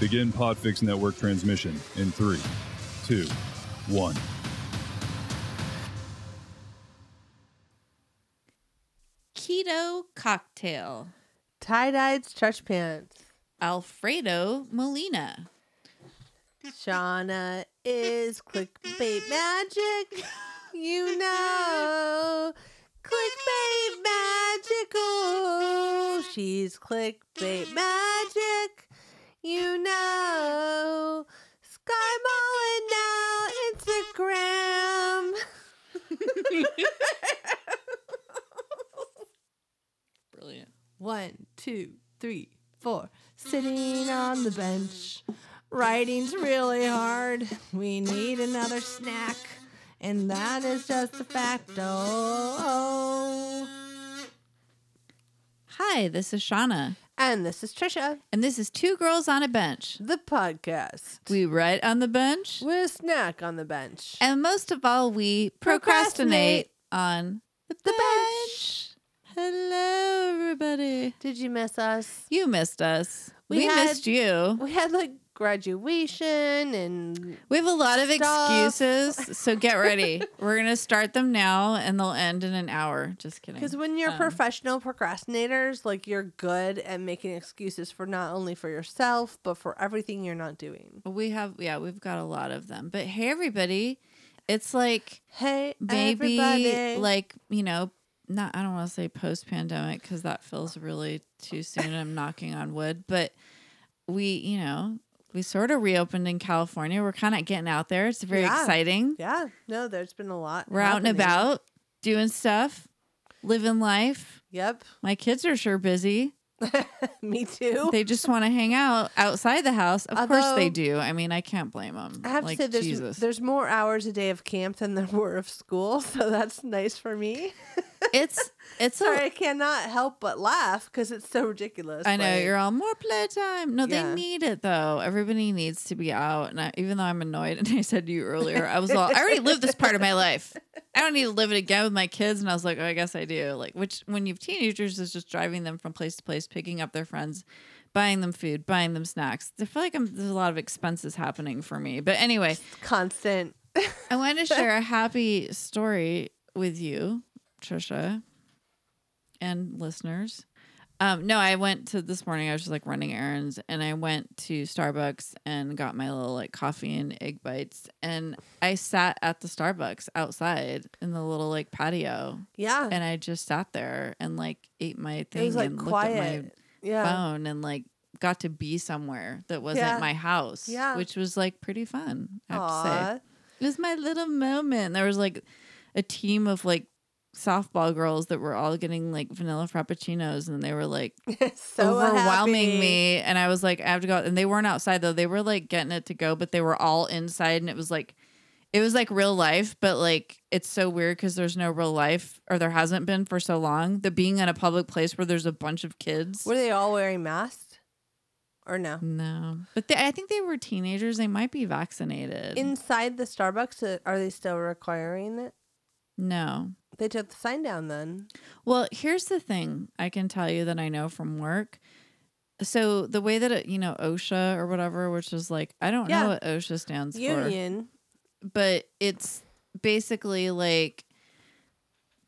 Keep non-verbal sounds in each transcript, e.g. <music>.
Begin Podfix Network transmission in three, two, one. Keto cocktail. Tie-dyed stretch pants. Alfredo Molina. Shauna is clickbait magic. You know. Clickbait magical. She's clickbait magic. You know. Sky Mullen now Instagram. Brilliant. One, two, three, four. Sitting on the bench. Writing's really hard. We need another snack. And that is just a oh. facto. Hi, this is Shauna, And this is Trisha, and this is Two Girls on a Bench. the podcast. We write on the bench, With snack on the bench. and most of all, we procrastinate, on Procrastinate. the, The bench. Hello, everybody. Did you miss us? You missed us. We, We had- missed you. We had like graduation and We have a lot of Stuff. excuses, so get <laughs> ready. We're going to start them now, and they'll end in an hour. Just kidding. because when you're Um, professional procrastinators, like you're good at making excuses for not only for yourself but for everything you're not doing. We have, yeah, we've got a lot of them. But hey, everybody, it's like Hey, maybe everybody. like you know, not I don't want to say post pandemic because that feels really too soon. I'm knocking on wood, but we, you know, we sort of reopened in California. We're kind of getting out there. It's very Yeah. exciting. yeah, no, there's been a lot. We're out and happening. about doing stuff, living life. Yep, <laughs> My kids are sure busy. me too. They <laughs> just want to hang out outside the house. Of course Although- they do. I mean, I can't blame them. I have like, to say, there's Jesus. there's more hours a day of camp than there <laughs> were of school, so that's nice for me. <laughs> it's <laughs> it's a, Sorry, I cannot help but laugh because it's so ridiculous. I know like- you're all more playtime. No, Yeah. they need it though. Everybody needs to be out. And I, even though I'm annoyed, <laughs> and I said to you earlier, I was all, I already lived this part of my life. I don't need to live it again with my kids. And I was like, oh, I guess I do. Like, which when you've teenagers is just driving them from place to place, picking up their friends, buying them food, buying them snacks. I feel like I'm, there's a lot of expenses happening for me. But anyway, constant. <laughs> I wanted to share a happy story with you, Trisha, and listeners. Um, no, I went to this morning. I was just like running errands, and I went to Starbucks and got my little like coffee and egg bites. And I sat at the Starbucks outside in the little like patio, Yeah, and I just sat there and like ate my thing it was like and looked at my quiet. Yeah, phone and like got to be somewhere that wasn't Yeah. my house, Yeah. which was like pretty fun. I have to say. Aw. It was my little moment. There was like a team of like softball girls that were all getting like vanilla frappuccinos and they were like <laughs> so overwhelming happy. me. And I was like, I have to go. out. And they weren't outside though. They were like getting it to go, but they were all inside and it was like, it was like real life, but like it's so weird because there's no real life or there hasn't been for so long. That being in a public place where there's a bunch of kids. Were they all wearing masks or no? Mm. no, but they, I think they were teenagers. They might be vaccinated. Inside the Starbucks, uh, are they still requiring it? no, They took the sign down then. Well, here's the thing I can tell you that I know from work. So the way that it, you know OSHA or whatever, which is like I don't Yeah. know what OSHA stands Union. for, but it's basically like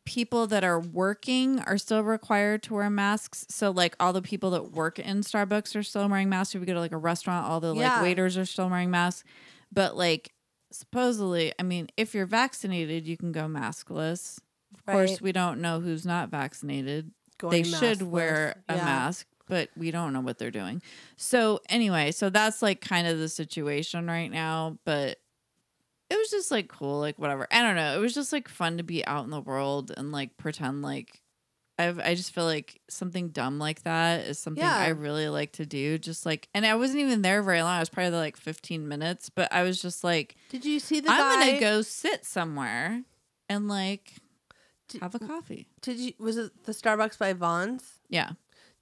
people that are working are still required to wear masks. So like all the people that work in Starbucks are still wearing masks. If you go to like a restaurant, all the like Yeah. waiters are still wearing masks. But like supposedly, I mean, if you're vaccinated, you can go maskless. Of course, Right. we don't know who's not vaccinated. Going they should maskless. wear a Yeah. mask, but we don't know what they're doing. So, anyway, so that's like kind of the situation right now, but it was just like cool, like whatever. I don't know. It was just like fun to be out in the world and like pretend like I've, I just feel like something dumb like that is something Yeah. I really like to do. Just like, and I wasn't even there very long. I was probably there like 15 minutes, but I was just like, Did you see the I'm guy? going to go sit somewhere and like Did- have a coffee. Did you? Was it the Starbucks by Vaughn's? Yeah.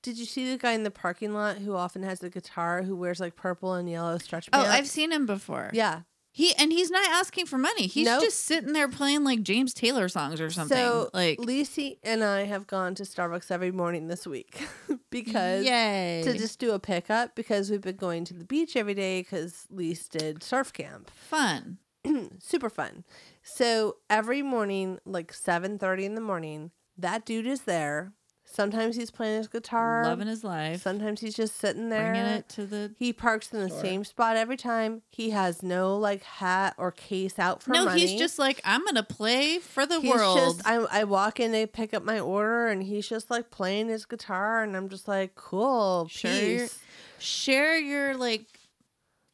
Did you see the guy in the parking lot who often has the guitar who wears like purple and yellow stretch Oh, pants? I've seen him before. Yeah, He and he's not asking for money. He's Nope. just sitting there playing like James Taylor songs or something. So, like Lisi and I have gone to Starbucks every morning this week <laughs> because yay. to just do a pickup because we've been going to the beach every day because Lise did surf camp. fun. Super fun. So every morning, like seven thirty in the morning, that dude is there. Sometimes he's playing his guitar. Loving his life. Sometimes he's just sitting there. Bringing it to the He parks in the same spot every time. He has no like hat or case out for No, money. he's just like, I'm gonna play for the He's world. just I, I walk in to pick up my order and he's just like playing his guitar and I'm just like cool Sure. peace. Share your like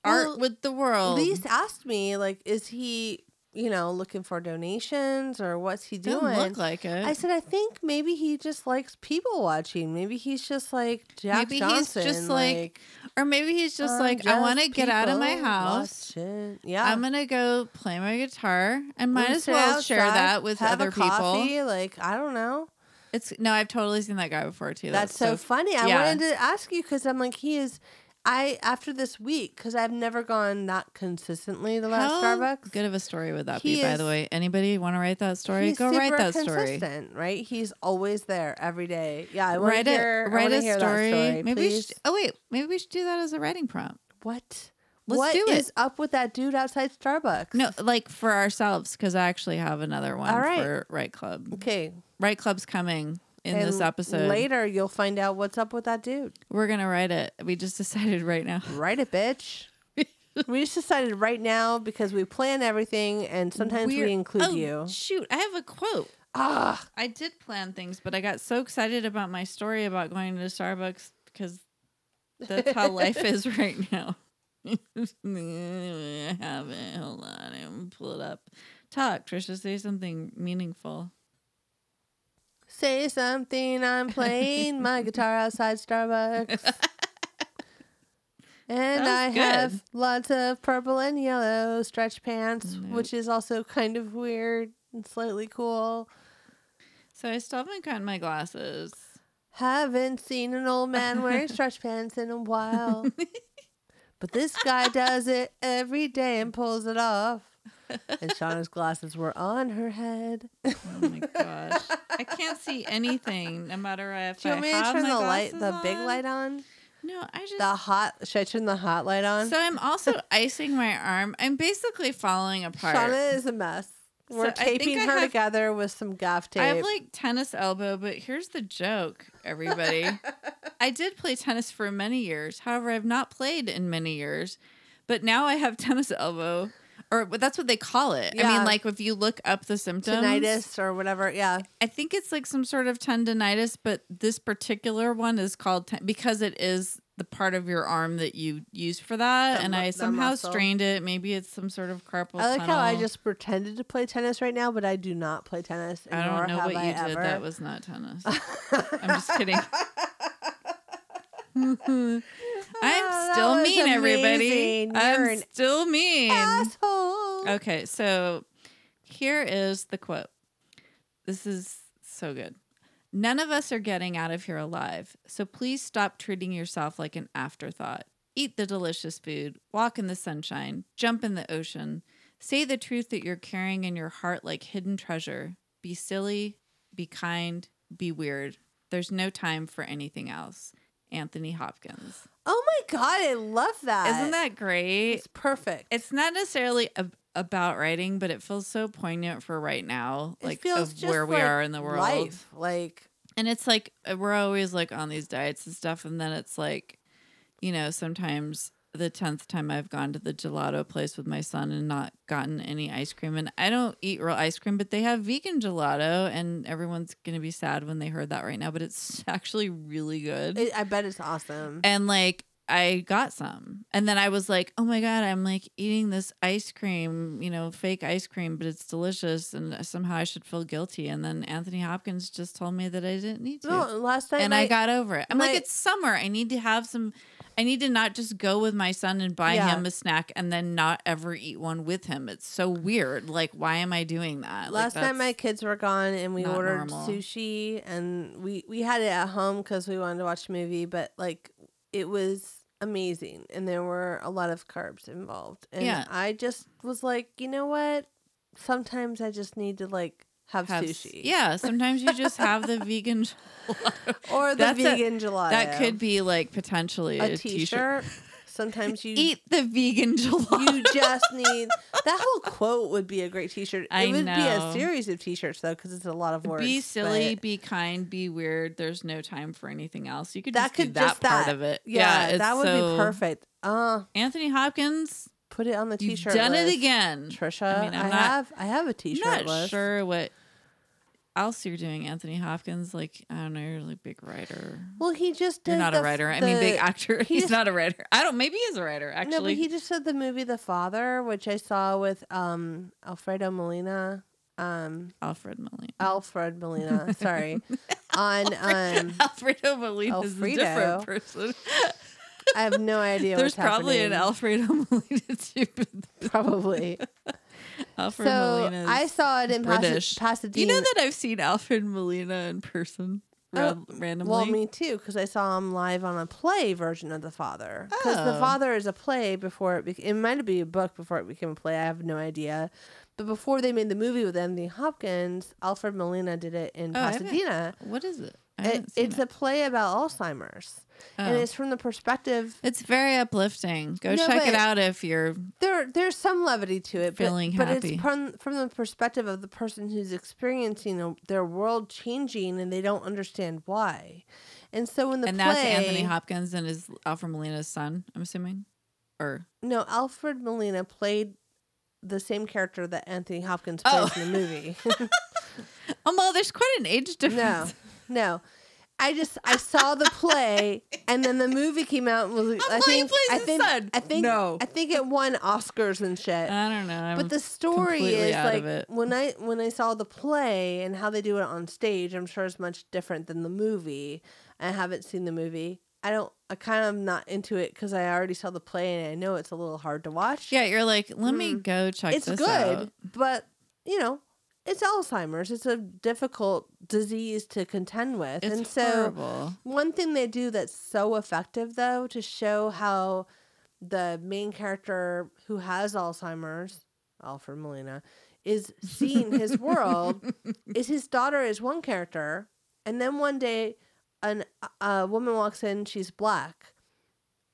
Well, art with the world. Lise asked me like is he you know looking for donations or what's he doing? Doesn't look like it. I said I think maybe he just likes people watching. Maybe he's just like Jack Maybe he's Johnson. just, like, or maybe he's just "I'm like, I want to just get out of my people house. watching." Yeah. I'm gonna go play my guitar and might We as sit well share outside, that with have a other people. coffee, Like I don't know. It's no, I've totally seen that guy before too. That's, so, f- funny. I yeah. wanted to ask you because I'm like he is. I after this week because I've never gone not consistently the last How Starbucks. Good of a story would that He be, by the is- way? Anybody want to write that story? He's Go write super that story. consistent, Right, he's always there every day. Yeah, I want Write to hear. a I write wanna a hear story. That story maybe we please. should, oh wait, maybe we should do that as a writing prompt. what? Let's What do it. is up with that dude outside Starbucks? No, like for ourselves, because I actually have another one All right. for Right Club. Okay. Right Club's coming in and this episode. later, you'll find out what's up with that dude. We're gonna write it. We just <laughs> decided right now. Write <laughs> it, bitch. we just decided right now because we plan everything, and sometimes We're- we include oh, you. Shoot, I have a quote. Ah, I did plan things, but I got so excited about my story about going to Starbucks because that's how <laughs> life is right now. <laughs> I haven't. Hold on. I'm pull it up. Talk, Trisha. Say something meaningful. say something. I'm playing <laughs> my guitar outside <laughs> Starbucks. And I Sounds have good. lots of purple and yellow stretch pants, Nope. which is also kind of weird and slightly cool. So I still haven't gotten my glasses. Haven't seen an old man <laughs> wearing stretch pants in a <laughs> while. but this guy does it every day and pulls it off. <laughs> And Shauna's glasses were on her head. Do Oh my gosh. I can't <laughs> see anything, no matter if you I want me to have turn my the light, glasses the big on. light on? No, I just. The hot, should I turn the hot light on? so I'm also <laughs> icing my arm. I'm basically falling apart. Shauna is a mess. We're So I think taping I her have- together with some gaff tape. I have like tennis elbow, but here's the joke, <laughs> everybody. I did play tennis for many years. However, I've not played in many years, but now I have <laughs> tennis elbow, or but that's what they call it. I Yeah. mean, like if you look up the symptoms, Tinnitus or whatever. Yeah. I think it's like some sort of tendonitis, but this particular one is called ten- because it is the part of your arm that you use for that. That and mu- I that somehow muscle. strained it. Maybe it's some sort of carpal. I like how I tunnel. just pretended to play tennis right now, but I do not play tennis. I nor don't know have what you I did. Ever. That was not <laughs> tennis. I'm just kidding. I'm <laughs> that still was mean, everybody. amazing. You're I'm an still mean. Asshole. Okay, so here is the quote. This is so good. None of us are getting out of here alive, so please stop treating yourself like an afterthought. Eat the delicious food, walk in the sunshine, jump in the ocean, say the truth that you're carrying in your heart like hidden treasure. Be silly, be kind, be weird. There's no time for anything else. Anthony Hopkins. Oh my god, I love that. Isn't that great? it's perfect? it's not necessarily ab- about writing, but it feels so poignant for right now, It like feels of just where we like are in the world. Life, like And it's like uh, we're always like on these diets and stuff, and then it's like, you know, sometimes the tenth time I've gone to the gelato place with my son and not gotten any ice cream, and I don't eat real ice cream, but they have vegan gelato, and everyone's gonna be sad when they heard that right now, but it's <laughs> actually really good. it, I bet it's awesome. And like I got some. And then I was like, "Oh my god, I'm like eating this ice cream, you know, fake ice cream, but it's delicious and uh, somehow I should feel guilty." And then Anthony Hopkins just told me that I didn't need to. no, last night and my, I got over it. I'm my- like, "It's summer. I need to have some I need to not just go with my son and buy Yeah. him a snack and then not ever eat one with him. It's so weird. Like, why am I doing that?" Like, last night my that's- kids were gone and we not ordered normal. sushi and we we had it at home because we wanted to watch a movie, but like it was amazing and there were a lot of carbs involved. And Yeah. I just was like, you know what? Sometimes I just need to like have, Have s- sushi. Yeah, sometimes you just have <laughs> the vegan. <laughs> gelato. Or the That's a- vegan gelato. that could be like potentially a <laughs> a t-shirt. Sometimes you Eat the <laughs> vegan gelato. <laughs> You just need that whole quote would be a great T-shirt. I it would be a know. series of T-shirts though, because it's a lot of words. be silly, but be kind, be weird. There's no time for anything else. You could that just could do that just part that. of it. Yeah, it's that would so- be perfect. Uh, Anthony Hopkins, put it on the you've T-shirt. done list. it again. Trisha. I, I mean, I'm not- have I have a I'm T-shirt not list. sure what else you're doing, Anthony Hopkins. Like I don't know, you're like big writer. Well, he just did You're not a the- writer. I mean, big the- actor. <laughs> he He's just- not a writer. I don't. Maybe he's a writer. Actually, No, but he just did the movie The Father, which I saw with um Alfredo Molina. Um, Alfred Molina. Alfred Molina, <laughs> sorry, on um, Alfredo Molina is a Alfredo. different person. I have no idea. There's what's probably an happening. Alfredo <laughs> Molina too. but probably. <laughs> Alfred so Molina. I saw it in Pas- British. Pasadena. You know that I've seen Alfred Molina in person ra- Oh, randomly. Well, me too, because I saw him live on a play version of The Father. Because The Oh. Father is a play before it. Be- it might have been a book before it became a play. I have no idea. But before they made the movie with Anthony Hopkins, Alfred Molina did it in Oh, I haven't- Pasadena. What is it? I It, haven't seen it's it. a play about Alzheimer's, and Oh. it's from the perspective It's very uplifting. Go No, check but- it out if you're. there there's some levity to it but, Feeling but happy. it's from, from the perspective of the person who's experiencing a, their world changing and they don't understand why and so in the and play that's Anthony Hopkins and his Alfred Molina's son. I'm assuming, or no alfred molina played the same character that anthony hopkins Oh. plays in <laughs> the movie <laughs> oh, well, there's quite an age no difference. <laughs> no I just I saw the play and then the movie came out and was I'm I glad Oh, he think plays I his think son. I think No. I think it won Oscars and shit. I don't know. I'm, but the story completely is out of like it. when I when I saw the play and how they do it on stage, I'm sure it's much different than the movie. I haven't seen the movie. I don't. I kind of am not into it because I already saw the play and I know it's a little hard to watch. yeah, you're like, let me Mm. go check it's this good, out. but you know, it's Alzheimer's. It's a difficult disease to contend with, It's and so horrible. one thing they do that's so effective, though, to show how the main character who has Alzheimer's, Alfred Molina, is seeing his world, <laughs> is his daughter is one character, and then one day, an a woman walks in, she's black,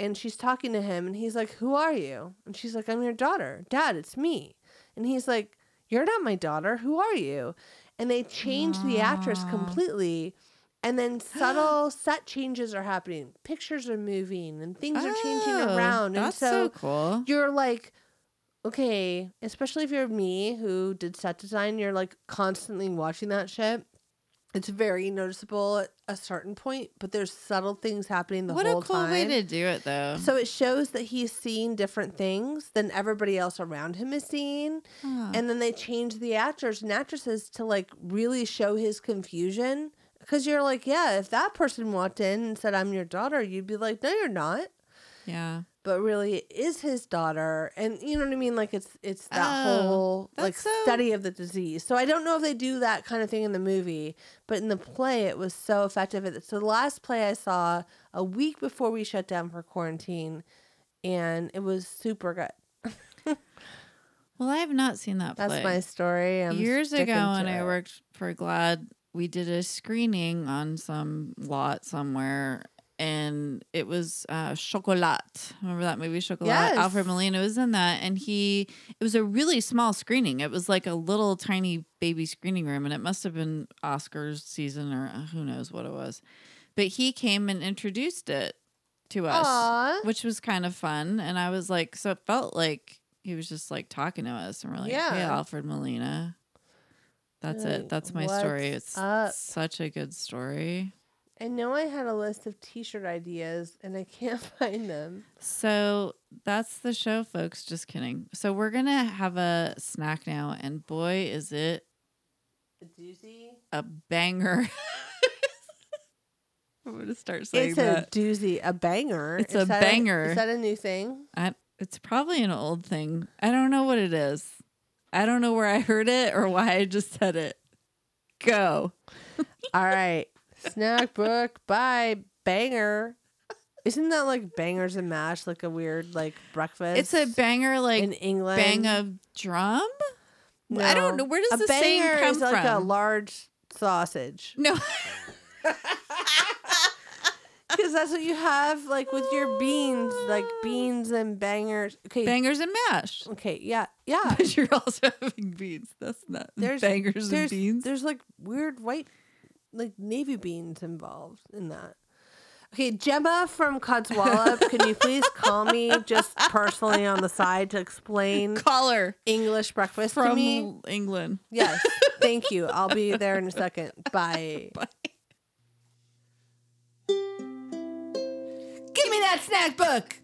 and she's talking to him, and he's like, "Who are you?" And she's like, "I'm your daughter, Dad. It's me." And he's like, "You're not my daughter. Who are you?" And they change the actress Aw. completely. And then subtle set changes are happening. Pictures are moving and things are changing Oh, around. And That's so, so cool. you're like, okay, especially if you're me who did set design, you're like constantly watching that shit. It's very noticeable at a certain point, but there's subtle things happening the What a whole cool time. way to do it, though. so it shows that he's seeing different things than everybody else around him is seeing. Huh. And then they change the actors and actresses to like really show his confusion. Cause you're like, yeah, if that person walked in and said, I'm your daughter, you'd be like, no, you're not. yeah. But really, it is his daughter. And you know what I mean? Like, it's it's that Oh, whole like that's so- study of the disease. So I don't know if they do that kind of thing in the movie, but in the play, it was so effective. It- So the last play I saw a week before we shut down for quarantine, and it was super good. Well, I have not seen that That's play. my story. I'm Years ago, sticking when to I it. worked for Glad, we did a screening on some lot somewhere, and it was uh, Chocolat. Remember that movie, Chocolat? Yes. Alfred Molina was in that, and he. It was a really small screening. It was like a little tiny baby screening room, and it must have been Oscars season or uh, who knows what it was. But he came and introduced it to us Aw. which was kind of fun. And I was like, so it felt like he was just like talking to us, and we're like, Yeah. yeah, hey, Alfred Molina. That's Like, it. That's my story. what's It's up? such a good story. I know I had a list of T-shirt ideas, and I can't <laughs> find them. So that's the show, folks. Just kidding. So we're gonna have a snack now, and boy, is it A doozy. a banger! <laughs> I'm gonna start saying It's a that. doozy, a banger. It's Is a that banger. is that a new thing? I, it's probably an old thing. I don't know what it is. I don't know where I heard it or why I just said it. Go. All right, snack book by banger. Isn't that like bangers and mash like a weird like breakfast? It's a banger like in England. bang of drum. I don't know where does a the saying banger come is like a from? large sausage No, <laughs> because that's what you have like with your beans, like beans and bangers. Okay, bangers and mash. <laughs> okay, yeah, yeah. But you're also having beans. That's not <laughs> There's bangers and there's, beans. There's like weird white, like navy beans involved in that. Okay, Gemma from Codswallop, can <laughs> you please call me just personally on the side to explain Collar English breakfast to from me? England. <laughs> Yes. Thank you. I'll be there in a second. Bye. Give me that snack book.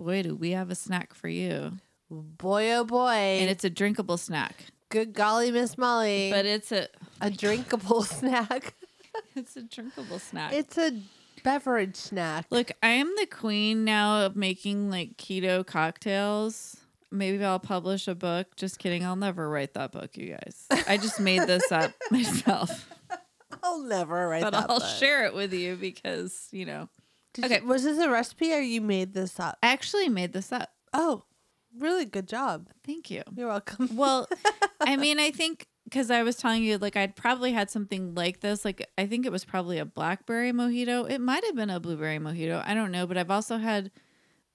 Boy, do we have a snack for you. Boy, oh boy. And it's a drinkable snack. Good golly, Miss Molly. But it's a <laughs> a drinkable <laughs> snack. it's a drinkable snack. <laughs> It's a beverage snack. Look, I am the queen now of making like keto cocktails. Maybe I'll publish a book. Just kidding. I'll never write that book, you guys. I just made this up myself. I'll never write But that I'll book. share it with you because, you know, Did okay. You, was this a recipe or you made this up? I actually made this up. Oh, really good job. Thank you. You're welcome. Well, I mean, I think because I was telling you, like, I'd probably had something like this. Like, I think it was probably a blackberry mojito. It might have been a blueberry mojito. I don't know. But I've also had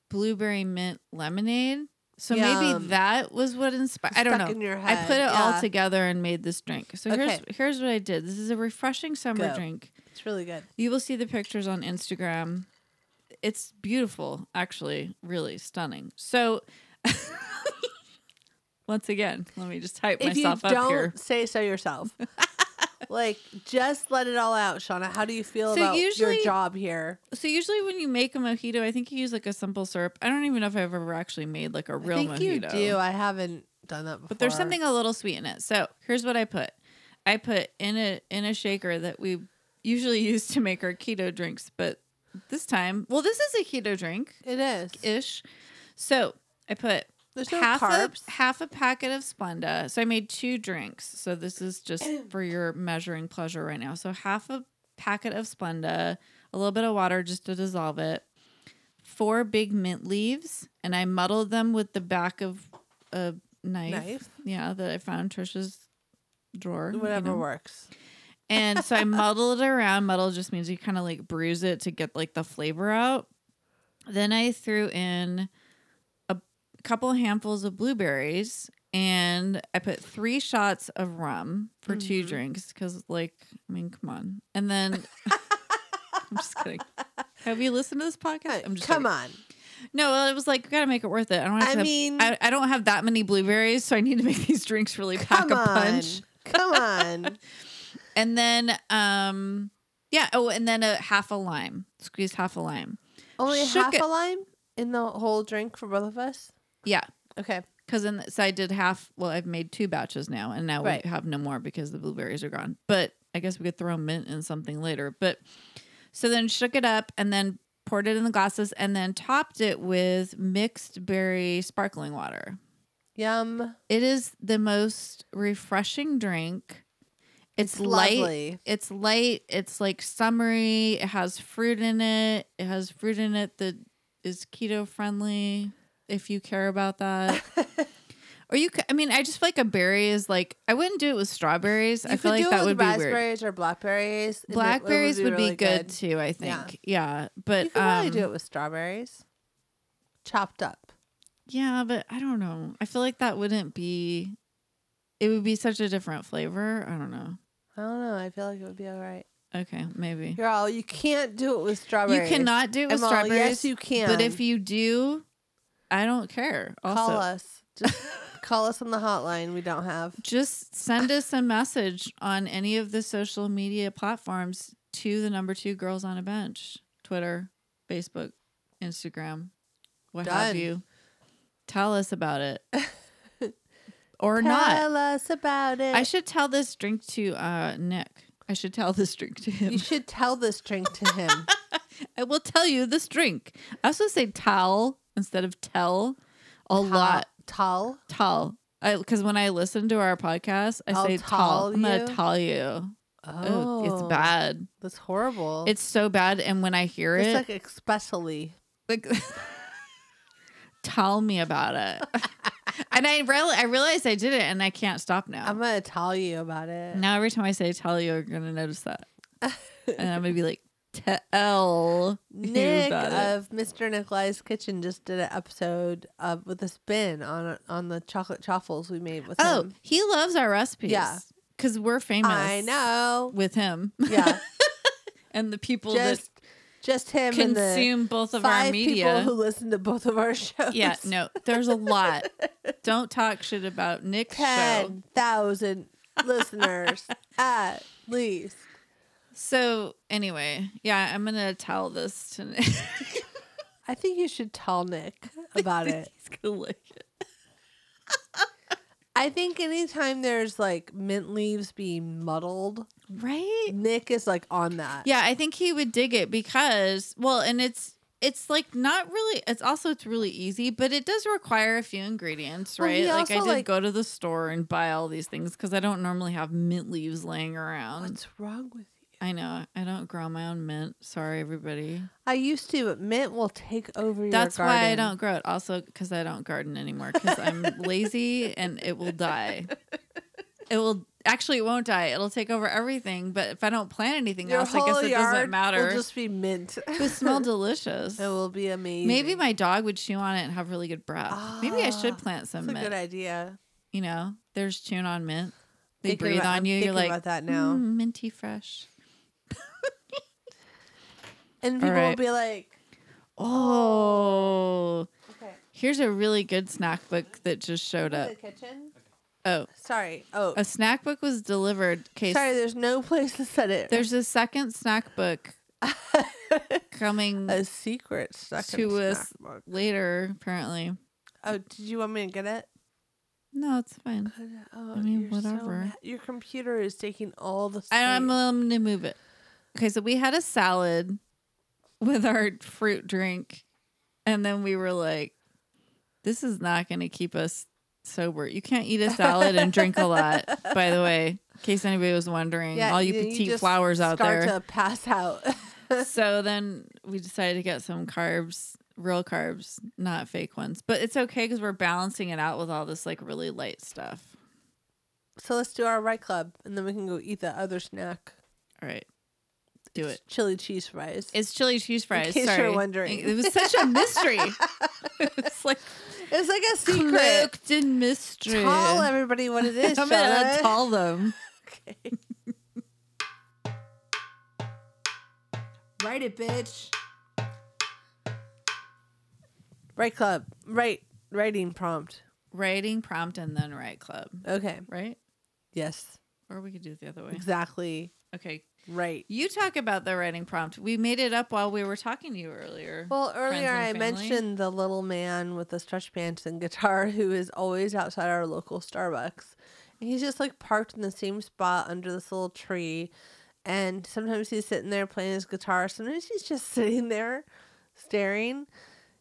blueberry mint lemonade. So maybe Yum. that was what inspired. I don't know. Stuck in your I put it head, all yeah. together and made this drink. So here's Okay. here's what I did. This is a refreshing summer Go. drink. <laughs> It's really good. You will see the pictures on Instagram. It's beautiful, actually, really stunning. So, <laughs> once again, let me just type If you myself don't up here. say <laughs> so yourself. like, just let it all out, Shauna. How do you feel So about usually- your job here? So, usually when you make a mojito, I think you use like a simple syrup. I don't even know if I've ever actually made like a real I think mojito. you do. I haven't done that before. but there's something a little sweet in it. So here's what I put. I put in a in a shaker that we usually <laughs> use to make our keto drinks, but this time, well, this is a keto drink It is. ish. So I put There's no half carbs. a half a packet of Splenda. So I made two drinks. So this is just <clears throat> for your measuring pleasure right now. So half a packet of Splenda, a little bit of water just to dissolve it. Four big mint leaves, and I muddled them with the back of a knife. Knife? Yeah, that I found in Trisha's drawer. you Whatever know. works. And so I muddled it around. Muddle just means you kind of like bruise it to get like the flavor out. Then I threw in a couple handfuls of blueberries and I put three shots of rum for two Mm-hmm. drinks because, like, I mean, come on. And <laughs> then <laughs> I'm just kidding. Have you listened to this podcast? I'm just Uh, Come joking. on. No, well, it was like, gotta make it worth it. I don't wanna I have to- mean- I, I don't have that many blueberries, so I need to make these drinks really pack Come a on. punch. <laughs> Come on. And then um yeah, oh and then a half a lime. Squeeze half a lime. Only Shook half it. a lime in the whole drink for both of us. Yeah. Okay. Cause then so I did half well, I've made two batches now and now Right. we have no more because the blueberries are gone. But I guess we could throw mint in something later. But so then shook it up and then poured it in the glasses and then topped it with mixed berry sparkling water. Yum. It is the most refreshing drink. It's, It's light. lovely. It's light. It's like summery. It has fruit in it. It has fruit in it that is keto friendly if you care about <laughs> that. or you c I I mean, I just feel like a berry is like I wouldn't do it with strawberries. I You feel like could do it that with would be raspberries weird. or blackberries. and it- it Blackberries would be, really good, too, I Yeah. think. Yeah. But you could probably um, do it with strawberries, chopped up. Yeah, but I don't know. I feel like that wouldn't be. It would be such a different flavor. I don't know. I don't know. I feel like it would be all right. Okay, maybe You're all. You can't do it with you strawberries. cannot do it with Emma, strawberries. Yes, you can. But if you do, I don't care. Also, call us, <laughs> just call us on the hotline. We don't have. just send us a message on any of the social media platforms to the number two girls on a bench Twitter, Facebook, Instagram, what have Done. you. Tell us about <laughs> it or not. Tell us about it. I should tell this drink to uh, Nick. I should tell this drink to him. you should tell this drink <laughs> to him. I will tell you this drink. I also say towel instead of tell a lot. Tall. Tall. Because when I listen to our podcast, I I'll say tall. tall I'm going you. to tall you. Oh, it's bad. That's horrible. It's so bad. And when I hear it's it, like especially. like <laughs> tell me about <laughs> it and i real i realized i did it and i can't stop now I'm gonna tell you about it. now every time i say tell you you're gonna notice that <laughs> and i'm gonna be like tell you Nick uh, about it. of Mr. Nikolai's Kitchen just did an episode of with a spin on on the chocolate chaffles we made with oh him. he loves our recipes Yeah. because we're famous I know. with him <laughs> <laughs> Yeah, and the people just just him that and the consume both of our five people media who listen to both of our <laughs> shows. yeah no there's a lot don't talk shit about nick's show <laughs> ten thousand <laughs> listeners at least. so anyway yeah i'm gonna tell this to nick I think you should tell Nick <laughs> about it. He's gonna like it. I think anytime there's like mint leaves being muddled, Right? Nick is like on that. Yeah, I think he would dig it because well, and it's it's like not really it's also it's really easy, but it does require a few ingredients, Well, right? he like I also, did like- go to the store and buy all these things because I don't normally have mint leaves laying around. What's wrong with you? I know. I don't grow my own mint. Sorry everybody. I used to, but mint will take over your That's garden. why I don't grow it. Also because I don't garden anymore because <laughs> I'm lazy and it will die. It will actually it won't die. It'll take over everything. But if I don't plant anything Your else, I whole guess it yard doesn't matter. will just <laughs> be mint. It would <laughs> smell delicious. it will be amazing. Maybe my dog would chew on it and have really good breath. Maybe I Ah, should plant some That's a mint. good idea. You know, there's chewing on mint. They Thinking breathe about- on I'm you. You're thinking like about that now. "Mm, minty fresh. And people will right. be like, Oh, okay, here's a really good snack book that just showed go to up. the kitchen. Uh, Oh, Sorry. Oh, a snack book was delivered. Case sorry. There's no place to set it. there's a second snack <laughs> book coming a secret stuck in To the us. snack book. later. Apparently, Oh, did you want me to get it? no, it's fine. Oh, I mean, you're so whatever. mad. your computer is taking all the. I- I'm, space. I'm going to move it. Okay, so we had a salad with our fruit drink, and then we were like, this is not going to keep us sober. You can't eat a salad and drink a lot, by the way, in case anybody was wondering. all you, petite just flowers out start there. to pass out. <laughs> so then we decided to get some carbs, real carbs, not fake ones. But it's okay because we're balancing it out with all this like really light stuff. so let's do our right club, and then we can go eat the other snack. All right, do it. It's Chili cheese fries. It's chili cheese fries. case you're sorry. wondering. it was such a <laughs> mystery. it's like It's like a secret. cloaked in mystery. Tell everybody what it <laughs> is. I'm gonna Charlotte. tell them. Write it, bitch. Right club. Right writing prompt. Writing prompt and then write club, Okay. right? Yes. Or we could do it the other way. Exactly. Okay, Right. you talk about the writing prompt. We made it up while we were talking to you earlier. Well, earlier I and family. mentioned the little man with the stretch pants and guitar <laughs> who is always outside our local Starbucks. And he's just like parked in the same spot under this little tree. And sometimes he's sitting there playing his guitar. Sometimes he's just <laughs> sitting there staring.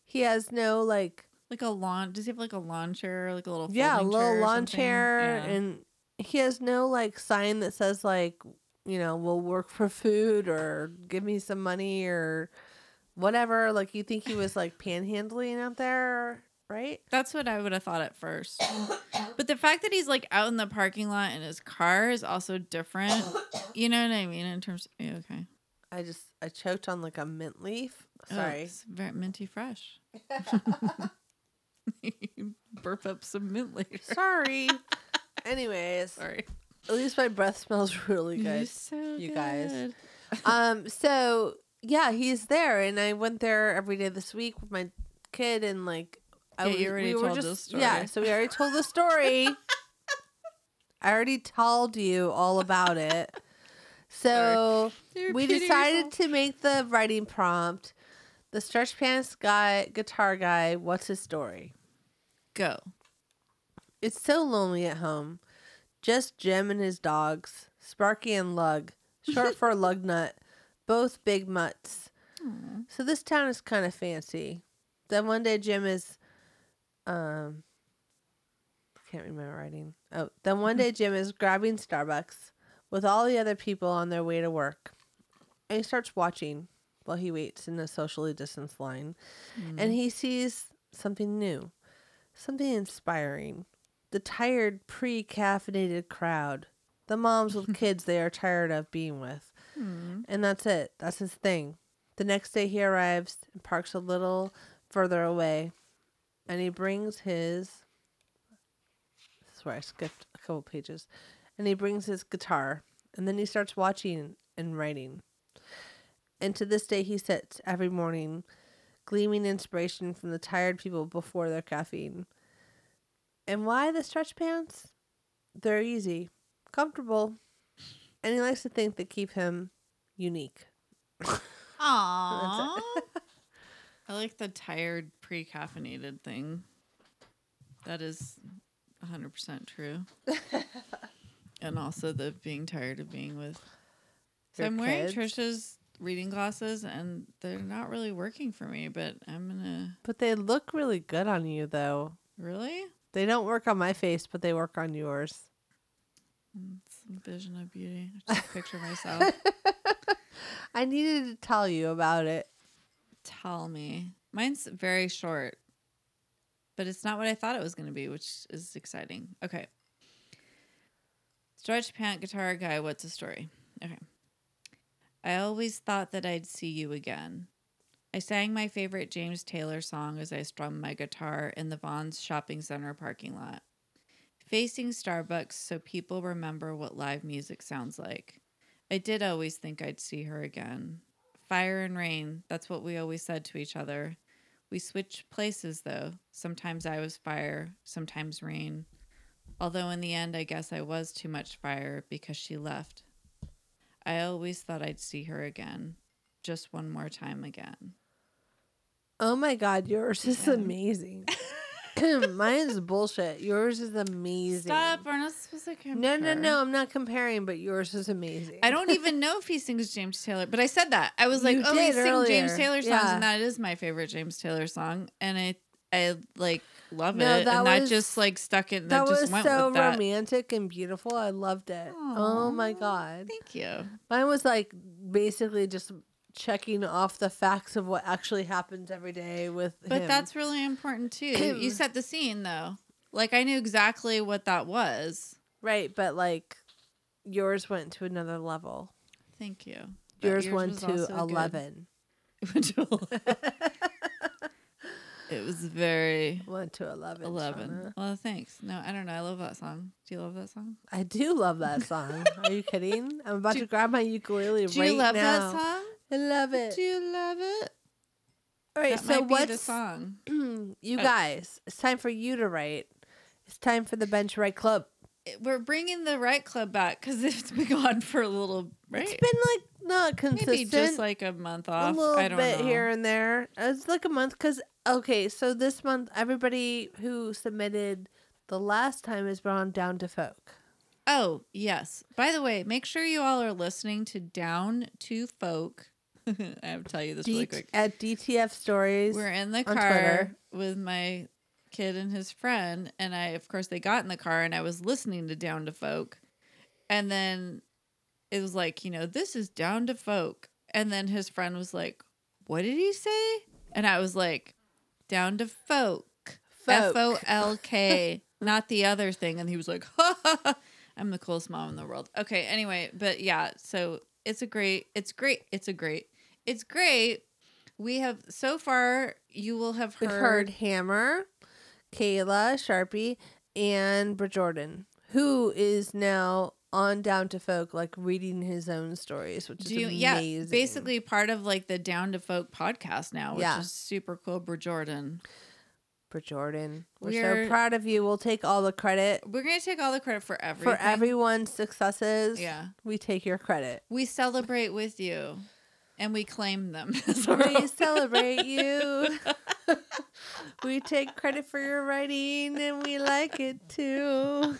He has no like like a lawn. Does he have like a lawn chair, like a little yeah, a folding little chair or lawn something? chair, Yeah. and he has no like sign that says like you know we'll work for food or give me some money or whatever. Like you think he was <laughs> like panhandling out there, right? That's what I would have thought at first. but the fact that he's like out in the parking lot in his car is also different. You know what I mean? In terms yeah, okay. I just I choked on like a mint leaf. Oh, Sorry, it's very minty <laughs> fresh. Burp up some mint later. sorry. <laughs> Anyways, Sorry. at least my breath smells really You're good. so you guys. good. um so yeah he's there and i went there every day this week with my kid and like i Yeah, you already were told just- this yeah story. so we already told <laughs> the story i already told you all about it so You're we repeating decided yourself. to make the writing prompt the stretch pants guy guitar guy what's his story go. it's so lonely at home. Just Jim and his dogs, Sparky and Lug, short for Lugnut, both big mutts. So this town is kind of fancy. Then one day Jim is, um, I can't remember writing. Oh, then one day Jim is grabbing Starbucks with all the other people on their way to work. And he starts watching while he waits in a socially distanced line. And he sees something new, something inspiring. The tired, pre caffeinated crowd, the moms with kids they are tired of being with. And that's it. That's his thing. The next day he arrives and parks a little further away. And he brings his. This is where I skipped a couple pages. And he brings his guitar. And then he starts watching and writing. And to this day he sits every morning, gleaming inspiration from the tired people before their caffeine. And why the stretch pants? They're easy, comfortable, and he likes to think they keep him unique. <laughs> Aww. I like the tired pre-caffeinated thing. That is 100% <laughs> true. and also the being tired of being with. So Your I'm wearing kids. Trisha's reading glasses and they're not really working for me, but I'm going to But they look really good on you, though. really They don't work on my face, but they work on yours. some vision of beauty. I just picture <laughs> myself. I needed to tell you about it. Tell me. Mine's very short, but it's not what I thought it was going to be, which is exciting. Okay. Stretch pant guitar guy, what's the story? Okay. I always thought that I'd see you again. I sang my favorite James Taylor song as I strummed my guitar in the Vaughn's shopping center parking lot, facing Starbucks so people remember what live music sounds like. I did always think I'd see her again. Fire and rain, that's what we always said to each other. We switched places though. Sometimes I was fire, sometimes rain. Although in the end, I guess I was too much fire because she left. I always thought I'd see her again, just one more time again. Oh my God, yours is <laughs> amazing. Mine's bullshit. Yours is amazing. Stop, we're not supposed to compare. No, no, no. I'm not comparing, but yours is amazing. I don't even know if he sings James Taylor, but I said that. I was like, You oh, he did sings James earlier. Taylor songs, Yeah. and that is my favorite James Taylor song. And I, I like love No, it, that and that was- just like stuck in. that That, was just went so with that. romantic and beautiful. I loved it. Oh my God. Thank you. Mine was like basically just checking off the facts of what actually happens every day with But him. that's really important too. <clears throat> you set the scene though. Like I knew exactly what that was. right, but like yours went to another level. Thank you. But Yours, went was to also good. <laughs> 11. Went to <laughs> 11. it was very Went to 11. 11. Shauna. Well, thanks. No, I don't know. I love that song. Do you love that song? I do <laughs> love that song. Are you kidding? I'm about to grab my ukulele Do right you love now. that song? I love it. Do you love it? All right, That so might be the what's song. you Uh, guys? It's time for you to write. It's time for the bench right club. It- We're bringing the right club back because <laughs> it's been gone for a little, right? It's been like not consistent. Maybe just like a month a off. little I don't bit know. here and there. It's like a month because okay, so this month everybody who submitted the last time has been on down to folk. Oh, yes. By the way, make sure you all are listening to Down to Folk. <laughs> I have to tell you this D- really quick. at DTF stories. We're in the on car Twitter. with my kid and his friend, and I, of course, they got in the car, and I was listening to Down to Folk, and then it was like, you know, this is Down to Folk, and then his friend was like, "What did he say?" And I was like, "Down to Folk, F Folk. O L <laughs> K, not the other thing." And he was like, <laughs> ha, ha, ha. "I'm the coolest mom in the world." Okay, anyway, but yeah, so it's a great, it's great, it's a great, it's great. We have so far you will have We've heard, heard Hammer, Kayla, Sharpie, and Jordan, who is now on down to folk, like reading his own stories, which is do you, amazing. yeah, basically part of like the Down to Folk podcast now, which Yeah. is super cool. Br Jordan, Jordan, we're, We're- so proud of you. We'll take all the credit we're gonna take all the credit for for everything. everyone's successes. Yeah. we take your credit. we celebrate with you, and we claim them. <laughs> as our We own. celebrate you. <laughs> we take credit for your writing and we like it too.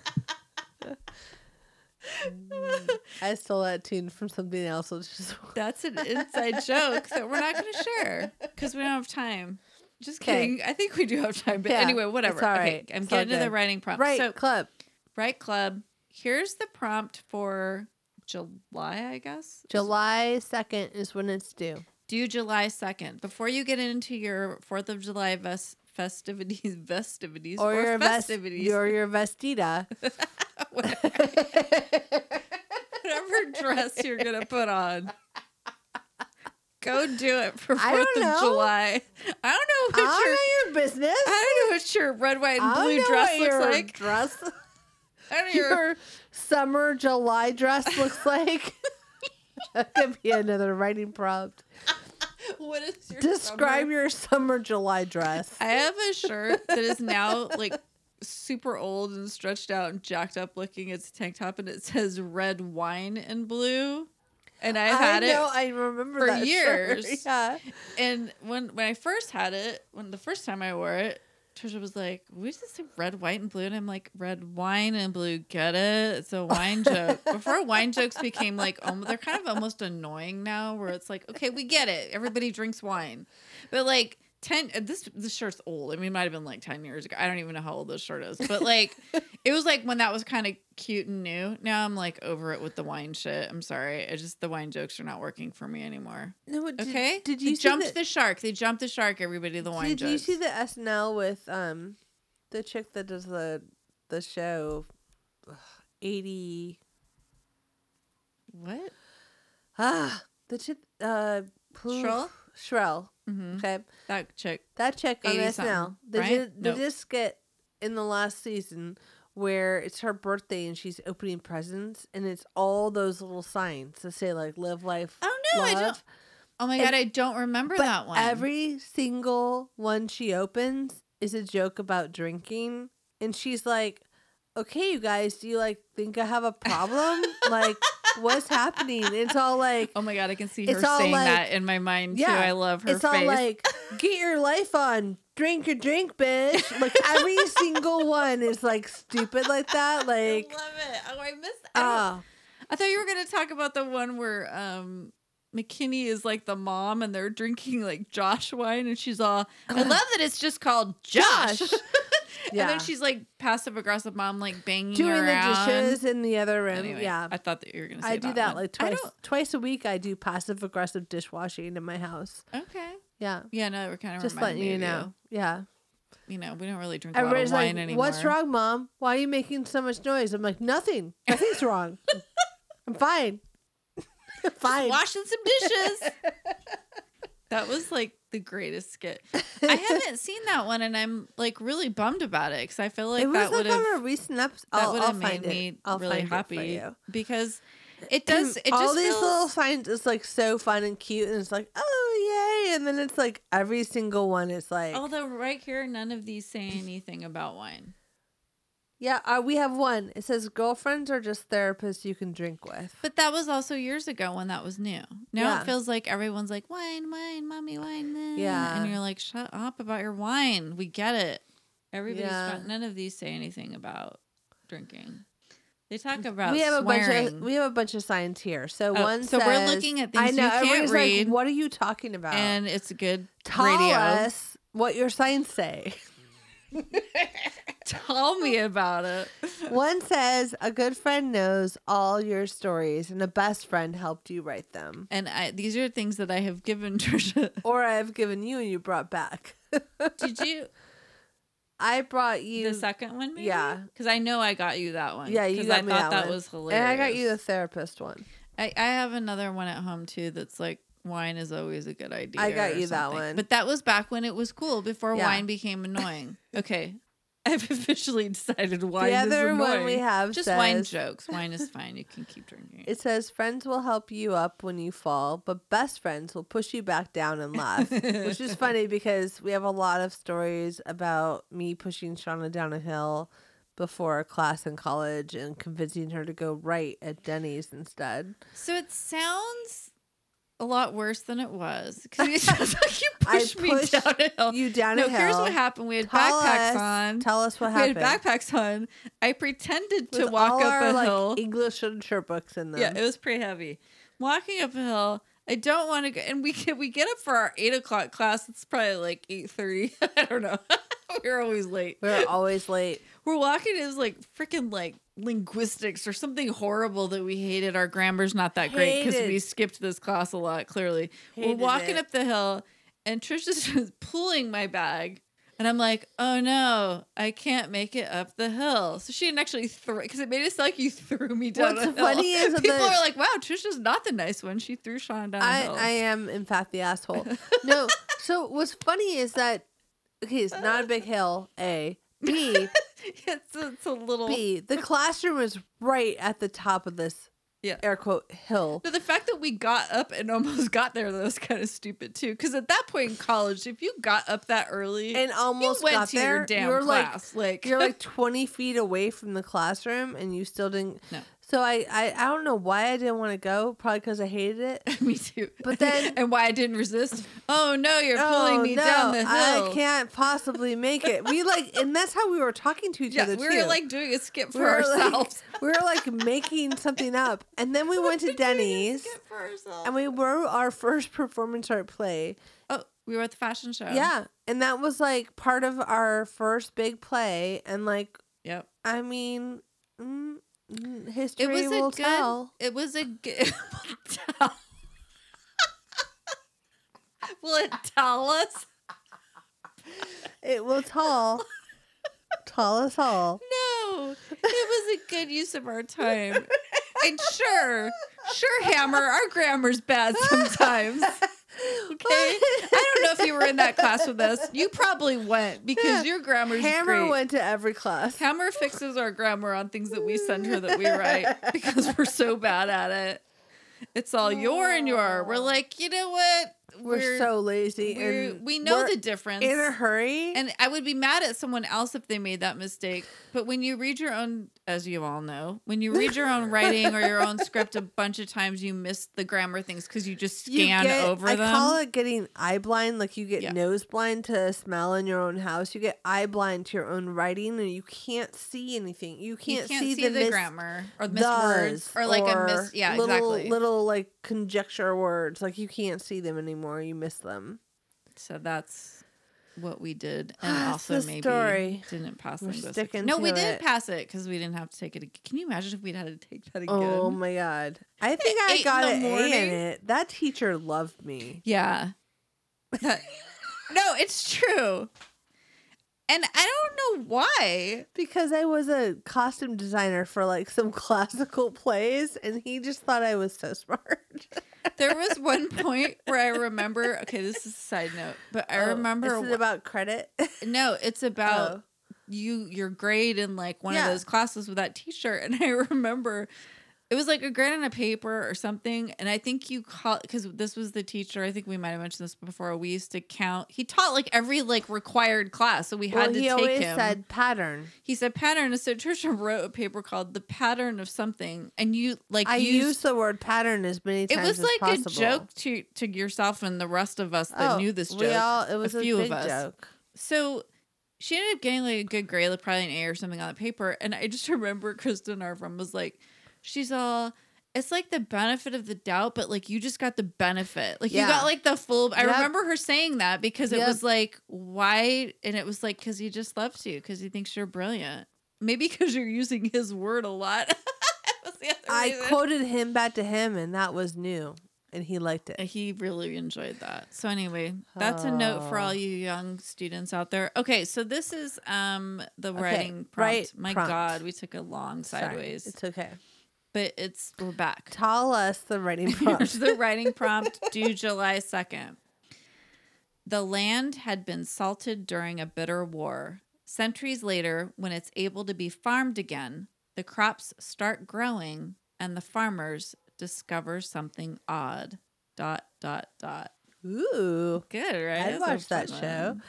<laughs> I stole that tune from something else. Which is <laughs> That's an inside joke that we're not gonna share because we don't have time. Just 'Kay. kidding. I think we do have time, but Yeah, anyway, whatever. it's all Okay, right. I'm It's all getting to the good. writing prompt. right So, club. Right Club. Here's the prompt for July, I guess. July 2nd is when it's due. Do July 2nd. Before you get into your 4th of July ves- festivities, <laughs> festivities, or, your vest- festivities, or your <laughs> vestida. <laughs> <laughs> whatever dress you're going to put <laughs> on. Go do it for 4th I don't of know. July. I don't know what I your don't know your business. <laughs> I don't know what your red, white, and I don't blue know dress what looks your like. Dress, I don't know <laughs> your- your summer July <laughs> dress looks like. that could be another writing prompt. what is your Describe summer- your summer July dress. I have a shirt that is now like super old and stretched out and jacked up looking. It's a tank top and it says red wine and blue. And I've had I know, it. I remember for that shirt. years. <laughs> Yeah. And when when I first had it, when the first time I wore it, Trisha was like, "We just say red, white, and blue," and I'm like, "Red wine and blue, get it? It's a wine joke." Before wine jokes became like, um, they're kind of almost annoying now, where it's like, "Okay, we get it. Everybody drinks wine," but like ten, uh, this this shirt's old. I mean, it might have been like ten years ago. I don't even know how old this shirt is, but like, it was like when that was kind of cute and new. Now I'm like over it with the wine shit. I'm sorry, I just the wine jokes are not working for me anymore. No, did, Okay. Did They you see jumped the, the- shark? They jumped the shark. Everybody, the wine Did you jokes. see the SNL with um the chick that does the the show Ugh, eighty what? ah the chick uh poof, Shrell? Shrell hmm okay That chick. that chick on 80 SNL something, they right? did they Nope. did a skit in the last season where it's her birthday and she's opening presents and it's all those little signs that say like live life Oh, no, I love. don't Oh my And- god, I don't remember But that one. Every single one she opens is a joke about drinking, and she's like, "Okay, you guys, do you like think I have <laughs> a problem? like, what's happening?" It's all like, oh my god, I can see her It's all saying like- that in my mind too. Yeah, I love her it's face. all like, "Get your life on, drink your drink, bitch." Like every <laughs> single one is like stupid like that. Like, I love it. Oh, I missed. I, don't- ah, I thought you were gonna talk about the one where um. McKinney is like the mom, and they're drinking like Josh wine, and she's all, "I love that it's just called Josh." Uh-huh. Josh. <laughs> And yeah, then she's like passive aggressive mom, like banging doing around. the dishes in the other room. Anyway, yeah. I thought that you were gonna. Say I do that one. like I twice twice a week. I do passive aggressive dishwashing in my house. don't- Okay. Yeah, Yeah, no, we're kind of just letting you know. Yeah, You. know, we don't really drink everybody's a lot of wine like, anymore. "What's wrong, mom? Why are you making so much noise?" I'm like, "Nothing. <laughs> Nothing's wrong. I'm fine. <laughs> fine." Washing some <laughs> dishes. that was like the greatest skit. I <laughs> haven't seen that one, and I'm like really bummed about it because I feel like it was that like would on have a recent episode. that I'll, would I'll have made find me it. I'll really find It for happy you. because it does. <laughs> It all just these feels little signs is like so fun and cute, and it's like, oh yay! And then it's like every single one is like, although right here none of these say anything about wine. yeah. Uh, we have one. It says, "Girlfriends are just therapists you can drink with." But that was also years ago when that was new. Now Yeah. it feels like everyone's like wine, wine, mommy, wine. nah." Yeah. and you're like, shut up about your wine. We get it. Everybody's Yeah. fine. none of these say anything about drinking. They talk about we have swearing. a bunch of we have a bunch of signs here. So Oh, one so we're says- looking at things I know you can't everybody's read. Like, what are you talking about? and it's good Tell radio. us what your signs say. <laughs> Tell me about it. one says a good friend knows all your stories, and a best friend helped you write them, And I, these are things that I have given <laughs> Trisha. or I have given you and you brought back. <laughs> Did you I brought you. the second one? Maybe? yeah. because I know I got you that one. yeah, you 'cause got I me thought that, that, one. was hilarious. And I got you the therapist one. I, I have another one at home too that's like wine is always a good idea. I got or you that something. one. But that was back when it was cool before Yeah. wine became annoying. okay. <laughs> I've officially decided wine the other is one annoying. we have Just says, wine jokes. Wine <laughs> is fine. You can keep drinking. it. It says friends will help you up when you fall, but best friends will push you back down and laugh, which <laughs> is funny because we have a lot of stories about me pushing Shauna down a hill before a class in college and convincing her to go right at Denny's instead. So it sounds a lot worse than it was <laughs> because it sounds like you pushed me pushed down a hill. You down no, a hill. here's what happened. We had Tell backpacks us- on. Tell us what we happened. had backpacks on. I pretended to With walk all up our, a like, hill. English literature books in them. Yeah, it was pretty heavy. Walking up a hill, I don't want to go. And we get, we get up for our eight o'clock class. It's probably like eight thirty. <laughs> I don't know. You're always late. We're always <laughs> late. We're walking is like freaking like linguistics or something horrible that we hated. Our grammar's not that great because Hated. we skipped this class a lot. Clearly, Hated we're walking it. up the hill, and Trisha's <laughs> just pulling my bag. And I'm like, oh no, I can't make it up the hill. So she didn't actually throw because it made it sound like you <laughs> threw me down. What's a hill. funny is that people the- are like, wow, Trisha's not the nice one. She threw Sean down. I, a hill. I am in fact <laughs> the asshole. No. so what's funny is that okay, it's not a big hill. A B <laughs> it's, a, it's a little. <laughs> B. The classroom is right at the top of this Yeah. air quote hill. No, the fact that we got up and <laughs> almost got there though was kind of stupid too. Because at that point in college, if you got up that early And almost you went got to there. your damn you're class, like like, you're like twenty feet away from the classroom, and you still didn't. No. So I, I, I don't know why I didn't want to go. Probably because I hated <laughs> it. me too. But then- <laughs> and why I didn't resist? Oh no, you're pulling me down the hill. I can't possibly make it. <laughs> We like, and that's how we were talking to each Yeah, other we too. were like doing a skip for We were, like- ourselves. we were like making something up, and then <laughs> we <laughs> went to Denny's, skip for ourselves. and we wrote our first performance art play. oh, we were at the fashion show. Yeah, and that was like part of our first big play, and like, Yep. I mean, mm, mm, It history was a will good. tell. <laughs> It was a good. <laughs> Will it tell us? It <laughs> will tell. tell us all. No, it was a good use of our time. <laughs> And sure, sure, Hammer, our grammar's bad <laughs> sometimes. Okay, I don't know if you were in that class with us. You probably went because your <laughs> grammar's Hammer great. went to every class. Hammer fixes our grammar on things that we send her that we <laughs> write because we're so bad at it. It's all your and your. We're like, you know what? We're, so lazy. we're- and we know we're the difference. in a hurry. And I would be mad at someone else if they made that mistake. But when you read your own, as you all know, when you read your own writing or your own <laughs> script a bunch of times, you miss the grammar things because you just you scan get- over I them. call it getting eye blind. Like you get Yeah. nose blind to a smell in your own house. You get eye blind to your own writing, and you can't see anything. You you can't, can't see, the, missed grammar or the missed words thes or like a or miss. Yeah, little, exactly. Little like conjecture words. Like you can't see them anymore. You miss them. So that's what we <gasps> did, and That's also the maybe story. didn't pass We're linguistics. sticking No, we to did it. pass it because we didn't have to take it. Again. Can you imagine if we'd had to take that again? Oh my god! I think I eight in got the an A in morning. it. That teacher loved me. <laughs> Yeah. That- no, it's true. And I don't know why. Because I was a costume designer for like some <laughs> classical plays, and he just thought I was so smart. There was one point where I remember, okay, this is a side note, but I Oh, remember Is wh- it about <laughs> credit? No, it's about Oh. you your grade in like one Yeah. of those classes with that teacher and I <laughs> remember it was like a grade on a paper or something and I think you call cuz this was the teacher I think we might have mentioned this before we used to count he taught like every like required class so we had well, to he take always him said pattern. he said pattern so Trisha wrote a paper called the pattern of something and you like I used used the word pattern as many it times was as like possible. a joke to to yourself and the rest of us that Oh, knew this joke We all, it was a, few big of us joke. so she ended up getting like a good grade, like probably an A or something on the paper. And I just <laughs> remember Kristen Arvrum was like, she's all, it's like the benefit of the doubt, but like you just got the benefit. Like Yeah. you got like the full. I Yep. remember her saying that because it Yep. was like, why? And it was like, because he just loves you, because he thinks you're brilliant. Maybe because you're using his word a lot. <laughs> That was the other I reason. quoted him back to him, and that was new, and he liked it. He really enjoyed that. So anyway, that's a note for Oh. all you young students out there. Okay, so this is um the Okay, writing prompt. right My prompt. God, we took a long Sorry, sideways, it's okay. but it's we're <laughs> back. Tell us the <laughs> writing Here's prompt. the writing prompt due July second. The land had been salted during a bitter war. Centuries later, when it's able to be farmed again, the crops start growing, and the farmers discover something odd. Dot dot dot. Ooh, Good, right? I'd That's a watch that fun show. one.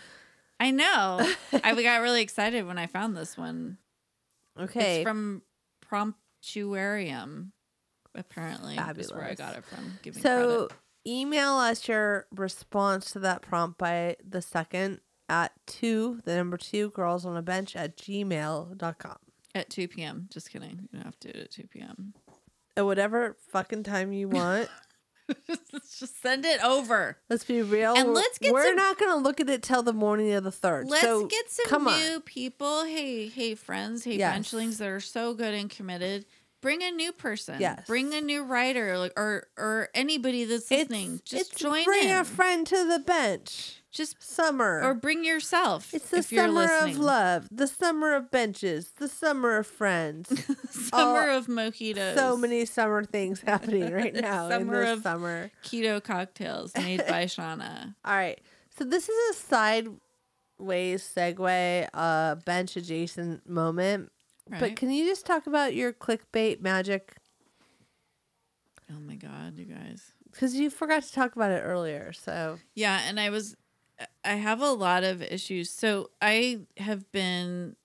I know. I got really excited when I found this <laughs> one. Okay, It's from Promptuarium, apparently. That's where I Fabulous. got it from. Giving So credit. email us your response to that prompt by the second at two, the number two, girls on a bench at gmail.com. at 2 p.m. Just kidding. You don't have to do it at 2 p.m. <laughs> At whatever fucking time you want. Let's <laughs> just send it over. Let's be real. And we're- let's get We're some- not going to look at it till the morning of the third. Let's So, get some come new people. Hey, hey, friends. Hey, Yes. benchlings that are so good and committed. Bring a new person. Yes. Bring a new writer like, or or anybody that's It's, listening. Just it's join bring in. a friend to the bench. Just Summer. or bring yourself. it's the if you're summer listening. of love, the summer of benches, the summer of <laughs> friends. <laughs> Summer of mojitos. Oh, so many summer things happening <laughs> right now Summer in this of- summer. keto cocktails made <laughs> by Shauna. All right. So this is a sideways segue, uh, bench adjacent moment. Right? But can you just talk about your clickbait magic? oh my god, you guys. Because you forgot to talk about it earlier. So Yeah, and I was I have a lot of issues. So I have been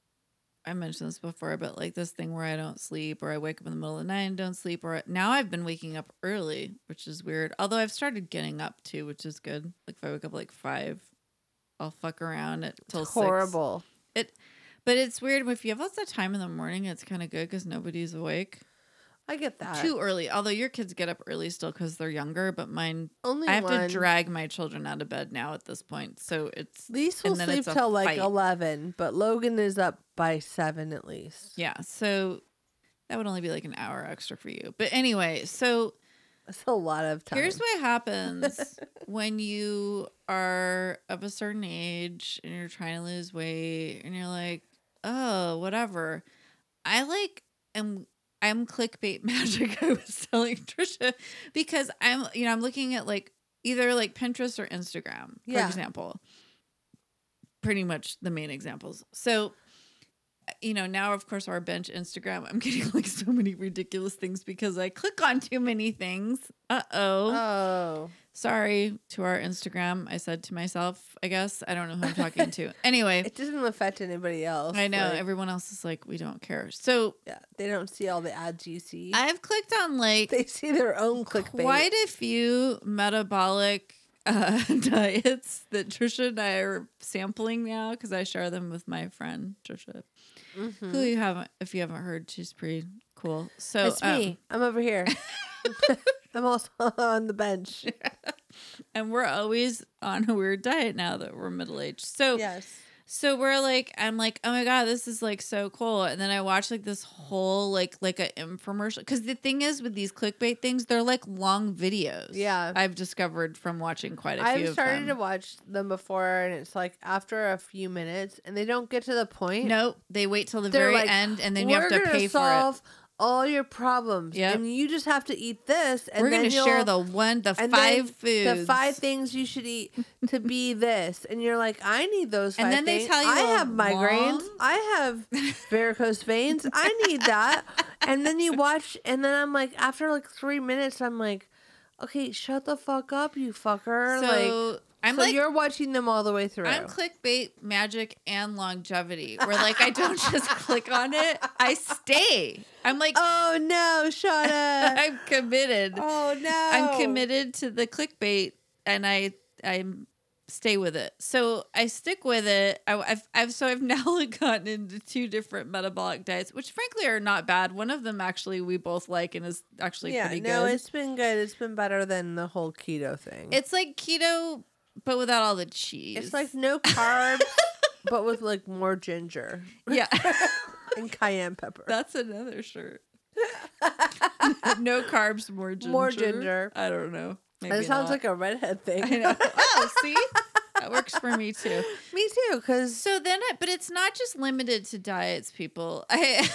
I mentioned this before, but like this thing where I don't sleep or I wake up in the middle of the night and don't sleep or now I've been waking up early, which is weird. Although I've started getting up too, which is good. Like if I wake up like 5, I'll fuck around at till 6. horrible. It but it's weird if you have lots of time in the morning, it's kind of good cuz nobody's awake. I get that. Too early. Although your kids get up early still cuz they're younger, but mine Only I have one. to drag my children out of bed now at this point. So it's Lise will and then sleep it's a till like fight. eleven, but Logan is up by seven at least. yeah. So that would only be like an hour extra for you. But anyway, so That's a lot of time. here's what <laughs> happens when you are of a certain age and you're trying to lose weight and you're like, oh, whatever. I like am I'm clickbait <laughs> magic. I was telling Trisha because I'm you know I'm looking at like either like Pinterest or Instagram, for Yeah. example. Pretty much the main examples. So you know now of course our bench Instagram. I'm getting like so many ridiculous things because I click on too many things. Uh oh. oh, Sorry to our Instagram. I said to myself. I guess I don't know who I'm talking <laughs> to. Anyway. it doesn't affect anybody else. I know like, everyone else is like, we don't care. So yeah, they don't see all the ads you see. I've clicked on like <laughs> they see their own clickbait. quite a few metabolic uh, <laughs> diets that Trisha and I are sampling now because I share them with my friend Trisha, Mm-hmm. who you haven't if you haven't heard, she's pretty cool. So it's um, me. I'm <laughs> over here. <laughs> I'm also on the bench. and we're always on a weird diet now that we're middle aged. So Yes. So we're like, I'm like, oh my god, this is like so cool. And then I watch like this whole like like a infomercial because the thing is with these clickbait things, they're like long videos. Yeah. I've discovered from watching quite a few. I've of started to them. watch them before, and it's like after a few minutes, and they don't get to the point. No, they wait till the They're very like, end, and then you have to gonna pay for solve all your problems, Yep. and you just have to eat this. it. And We're then gonna share you'll- the one, the and five then foods, the five things you should eat to be this, and you're like, I need those. Five And then they things. tell you I a have migraines. long- I <laughs> have varicose veins. I need that. and then you watch, and then I'm like, after like three minutes, I'm like, okay, shut the fuck up, you fucker. So like, I'm so like, you're watching them all the way through. I'm clickbait magic and longevity. Where like I don't <laughs> just click on it, I stay. I'm like, oh no, Shauna. <laughs> I'm committed. oh no, I'm committed to the clickbait, and I I stay with it. So I stick with it. I, I've I've so I've <laughs> now gotten into two different metabolic diets, which frankly are not bad. One of them actually we both like and is actually Yeah, pretty no, good. It's, it's been good. It's been better than the whole keto thing. like keto, but without all the cheese. It's like no carbs, but with like more ginger <laughs> yeah, <laughs> and cayenne pepper. that's another <laughs> shirt. no carbs, more ginger. More ginger. I don't know. Maybe that not. sounds like a redhead <laughs> thing. I know. Oh, see, that works for me too. <laughs> Me too, because So then, I, but it's not just limited to diets, people. <laughs> I,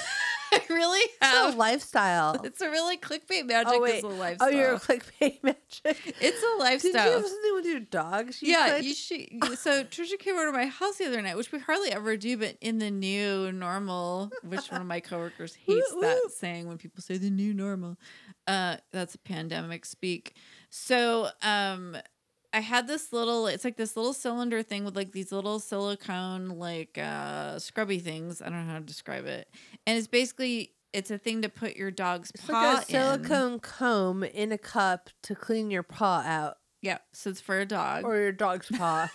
I really <laughs> it's a have. lifestyle. It's a really clickbait magic Oh is wait, a oh lifestyle. you're a clickbait <laughs> magic. it's a <laughs> Did you lifestyle. have something with your dogs? yeah, clicked? you should. So Trisha came over to my house the other night, which we hardly ever do, but in the new normal, which one of my coworkers <laughs> hates Woot that woot. saying when people say the new normal, uh, that's pandemic speak. So um, I had this little, it's like this little cylinder thing with like these little silicone like uh, scrubby things. I don't know how to describe it, and it's basically it's a thing to put your dog's It's paw like a in. silicone comb in a cup to clean your paw out, Yeah, so it's for a dog. or <laughs> your dog's paw,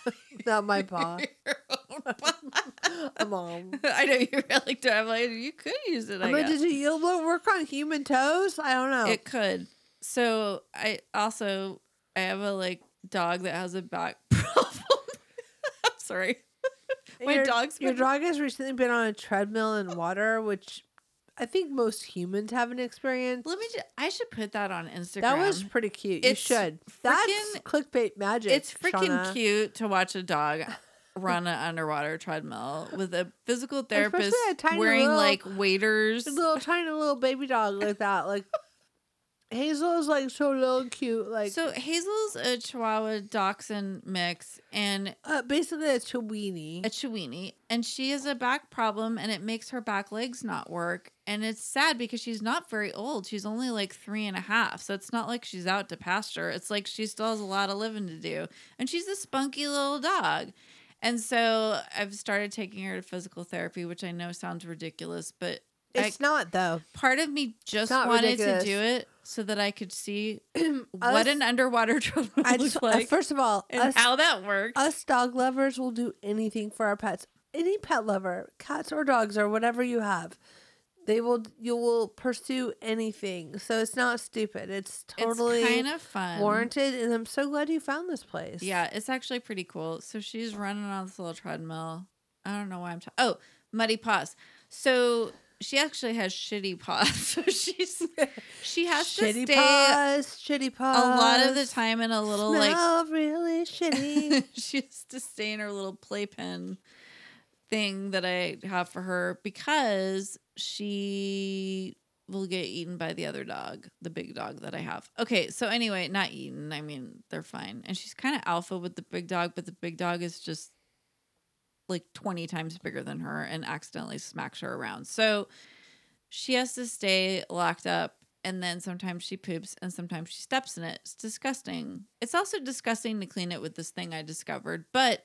not my paw. Your own <laughs> paw. <laughs> Mom, I know you are like, do I'm like, you could use it. I but guess. did you you'll work on human toes? I don't know. it could. So I also I have a like dog that has a back <laughs> problem. I'm sorry. My your, dog's Your been- dog has recently been on a treadmill in water, which I think most humans haven't experienced. Let me. Ju- I should put that on Instagram. That was pretty cute. It's you should. That's freaking- clickbait magic. It's freaking Shauna. cute to watch a <laughs> dog run an underwater treadmill with a physical Especially therapist a tiny wearing little- like waders. A little tiny little baby dog like that. <laughs> Like Hazel is like so little and cute. Like so Hazel's a Chihuahua Dachshund mix and uh, basically a chiweenie. a Chiweenie, and she has a back problem, and it makes her back legs not work. And it's sad because she's not very old; she's only like three and a half. So it's not like she's out to pasture. It's like she still has a lot of living to do, and she's a spunky little dog. And so I've started taking her to physical therapy, which I know sounds ridiculous, but I- it's <laughs> not though. part of me just not wanted ridiculous. to do it so that I could <clears throat> see Us- what an underwater <laughs> treadmill I looks just uh, like first of all, and us, how that works. us dog lovers will do anything for our pets. Any pet lover, cats or dogs or whatever you have, they will you will pursue anything. So it's not stupid. It's totally it's kind of fun. warranted. And I'm so glad you found this place. Yeah, it's actually pretty cool. So she's running on this little treadmill. I don't know why I'm talking. Oh, muddy paws. So she actually has shitty paws. <laughs> So she's she has to Shitty stay paws, shitty paws. a lot of the time in a little like smell <laughs> really shitty. she has to stay in her little playpen thing that I have for her because she will get eaten by the other dog, the big dog that I have. Okay, so anyway, not eaten. I mean, they're fine. And she's kind of alpha with the big dog, but the big dog is just like 20 times bigger than her and accidentally smacks her around. So she has to stay locked up and then sometimes she poops and sometimes she steps in it. It's disgusting. It's also disgusting to clean it with this thing I discovered, but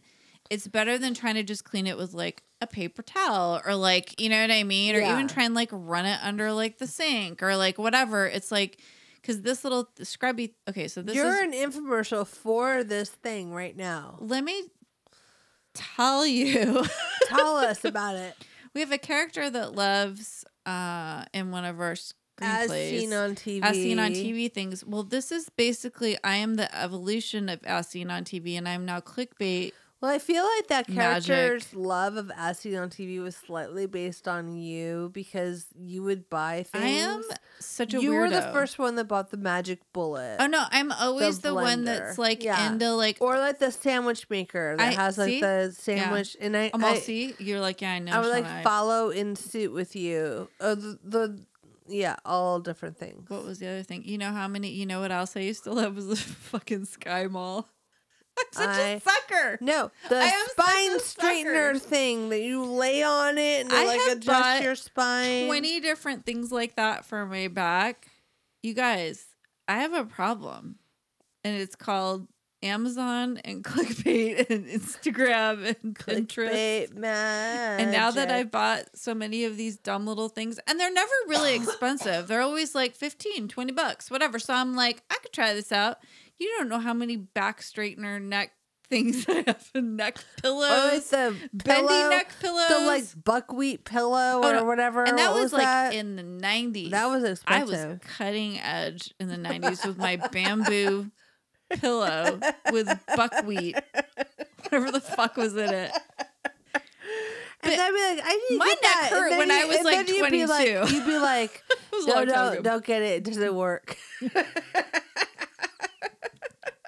it's better than trying to just clean it with like a paper towel or like, you know what I mean? Or Yeah. even try and like run it under like the sink or like whatever. It's like, because this little scrubby, okay, so this You're is an infomercial for this thing right now. let me tell you. <laughs> Tell us about it. we have a character that loves uh in one of our screenplays. As seen on TV. As seen on TV things. Well, this is basically I am the evolution of as seen on TV, and I'm now clickbait. Well, I feel like that Magic. character's love of as seen on TV was slightly based on you because you would buy things. I am such a You weirdo. were the first one that bought the magic bullet, Oh no, I'm always The the, one blender. that's like Yeah. into like. Or, or like the sandwich maker that I- has like see? the sandwich. And I, I'm all I, see. You're like yeah, I know. I would like Shauna. follow in suit with you. Uh, the, the yeah, all different things. What was the other thing? You know how many? You know what else I used to love was the <laughs> fucking Sky Mall. I'm such a I- sucker. No, the I am such a spine straightener sucker. thing that you lay on it and I like have adjust bought your spine. 20 different things like that for my back. You guys, I have a problem. And it's called Amazon and <laughs> clickbait and Instagram and Pinterest. Clickbait magic. And now that I've bought so many of these dumb little things, and they're never really expensive. They're always like 15, 20 bucks, whatever. So I'm like, I could try this out. You don't know how many back straightener neck things <laughs> I have and neck pillows. oh, it's the bendy pillow, neck pillows. the like buckwheat pillow Oh, or no. whatever, and that What was, like that? in the 90s. that was I expensive. was cutting edge <laughs> in the 90s with my bamboo pillow with <laughs> buckwheat, whatever the fuck was in it. and I'd be like, I need to My get neck that. And hurt then when you- I was, and like, then you'd be like- 22. You'd be like, <laughs> It was a no, long time no, ago. don't get it. It doesn't work.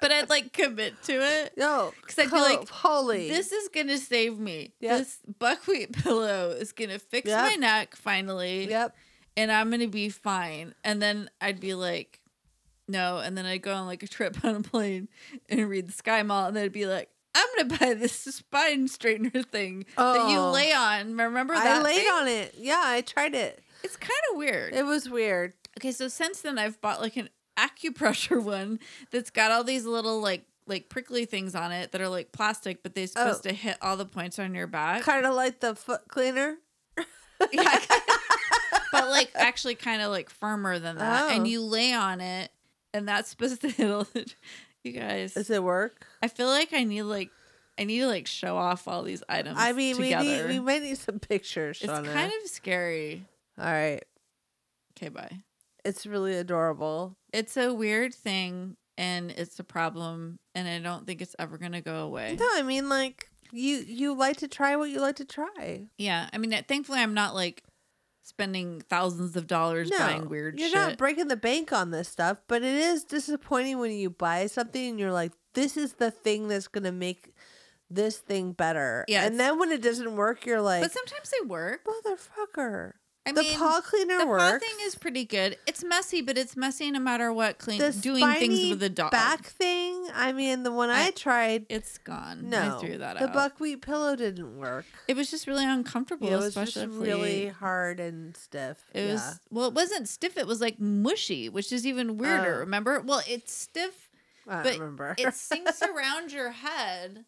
But I'd like commit to it. No, 'Cause I'd be like, hope, holy. This is gonna save me. Yep. This buckwheat <laughs> pillow is gonna fix Yep. my neck finally, yep. and I'm gonna be fine. And then I'd be like, no. And then I'd go on like a trip <laughs> on a plane and read the Sky Mall, and then I'd be like, I'm gonna buy this <laughs> spine straightener thing that you Oh. lay on. Remember that? I laid thing? on it. Yeah, I tried it. It's kind of weird. It was weird. Okay, so since then I've bought like an acupressure <laughs> one that's got all these little like like prickly things on it that are like plastic, but they're supposed Oh. to hit all the points on your back. Kind of like the foot cleaner. Yeah. but like actually kind of like firmer than that, Oh. and you lay on it, and that's supposed to hit. All the... <laughs> You guys, Does it work? I feel like I need like I need to like show off all these items. I mean, together. we need we might need some pictures. it's Shauna. kind of scary. all right. Okay, bye. It's really adorable. It's a weird thing and it's a problem and I don't think it's ever going to go away. No, I mean like you you like to try what you like to try. Yeah. I mean, thankfully I'm not like spending thousands of dollars No, buying weird You're shit. not breaking the bank on this stuff, but it is disappointing when you buy something and you're like, "This is the thing that's gonna make this thing better." Yeah, and it's- then when it doesn't work, you're like, but sometimes they work. "Motherfucker!" I the mean, paw cleaner the paw works. thing is pretty good. It's messy, but it's messy no matter what. Clean the doing things spiny with a dog. back thing. I mean, the one I, I- tried. It's gone. No, I threw that the out. buckwheat pillow didn't work. it was just really uncomfortable, it was just especially if really we- hard and stiff. It yeah. was well, it wasn't stiff. It was like mushy, which is even weirder. Oh. Remember? Well, it's stiff. I but don't remember. <laughs> It sinks around your head,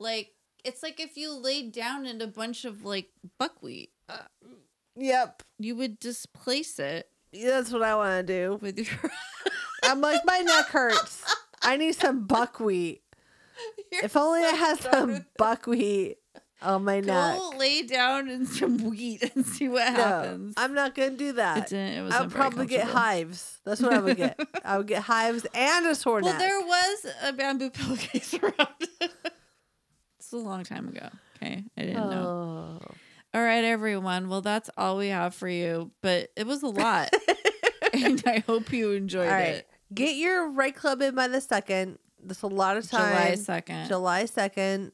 like it's like if you laid down in a bunch of like buckwheat, yep. you would displace it That's what I want to do. with your. <laughs> I'm like, my neck hurts. I need some buckwheat. You're If only I so had started. some buckwheat on my neck. Go lay down in some <laughs> wheat and see what No, happens. I'm not gonna do it that. didn't. It was. I'll Uh, probably get hives. That's what I would <laughs> get. I would get hives and a sore Well, neck. there was a bamboo pillowcase <laughs> around. it's a long time ago. Okay, I didn't know. oh. All right, everyone. Well, that's all we have for you, but it <laughs> was a lot. and I hope you enjoyed All right, it. get your right club in by the second. That's a lot of time. July 2nd. July second,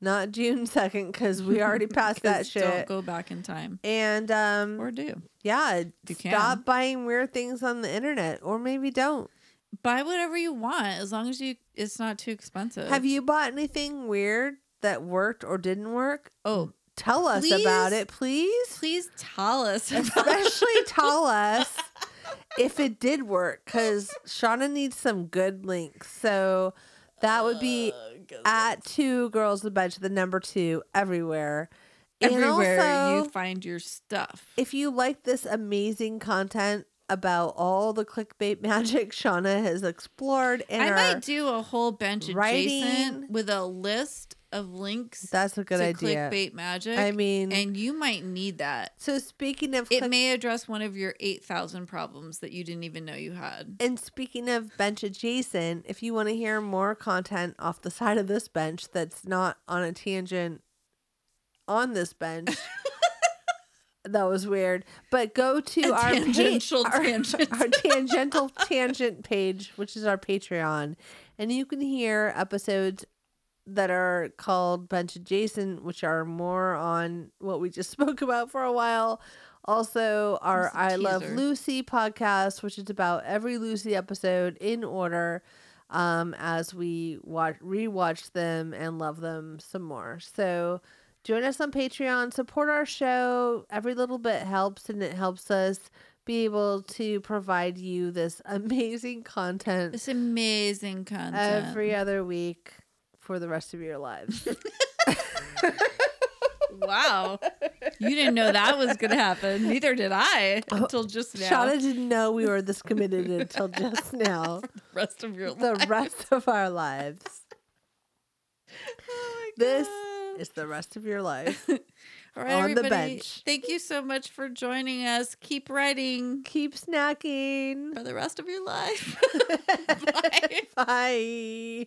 not June second, because we <laughs> already passed that 'Cause Don't shit. go back in time. and um, Or do. yeah, You can. stop buying weird things on the internet, or maybe don't. Buy whatever you want as long as you it's not too expensive. Have you bought anything weird that worked or didn't work? Oh, Tell us about Please. it, please. please tell <laughs> us. about- <laughs> Especially tell us if it did work, because Shauna needs some good links. So that would be at two girls in a bunch, the number two everywhere. And everywhere also- you find your stuff. if you like this amazing content about all the clickbait <laughs> magic Shauna has explored in I her, might do a whole bench writing- adjacent with a list of links that's a good to idea. clickbait magic. I mean, and you might need that. so speaking of It click- may address one of your 8,000 problems that you didn't even know you <laughs> had. and speaking of bench adjacent, if you want to hear more content off the side of this bench that's not on a tangent on <laughs> this bench. That was weird, but go to A our pa- <laughs> tangential our- tangent. our tangential tangent page, which is our Patreon, and you can hear episodes that are called Bunch Adjacent, which are more on what we just <laughs> spoke about for a while. Also, our Just a I Love teaser. Lucy podcast, which is about every Lucy episode in order um, as we watch, rewatch them and love them some more. So, join us on Patreon, support our show. Every little bit helps, and it helps us be able to provide you this <laughs> amazing content This amazing content. every other week for the rest of <laughs> your lives. wow. You didn't know that was going to <laughs> happen. Neither did I until just now. Oh, Shauna didn't know we were this <laughs> committed until just now. rest of your The life. rest of our lives. Oh my This God. is the rest of <laughs> your life. All right, on the everybody, bench. Thank you so much for joining us. Keep writing Keep snacking. for the rest of your life. Bye. Bye.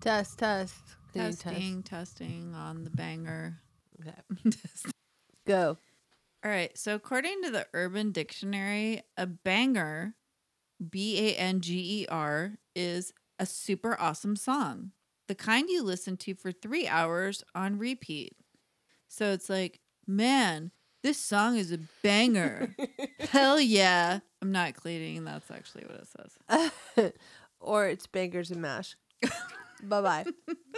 Test, test. Can you test? testing, testing on the banger. Okay. Go. All right. So, according to the Urban Dictionary, a banger, B A N G E R, is a super awesome song, the kind you listen to for three hours on repeat. So, it's like, man, this song is a banger. Hell yeah. I'm not cleaning. That's actually what it says. <laughs> or it's bangers and mash. bye bye.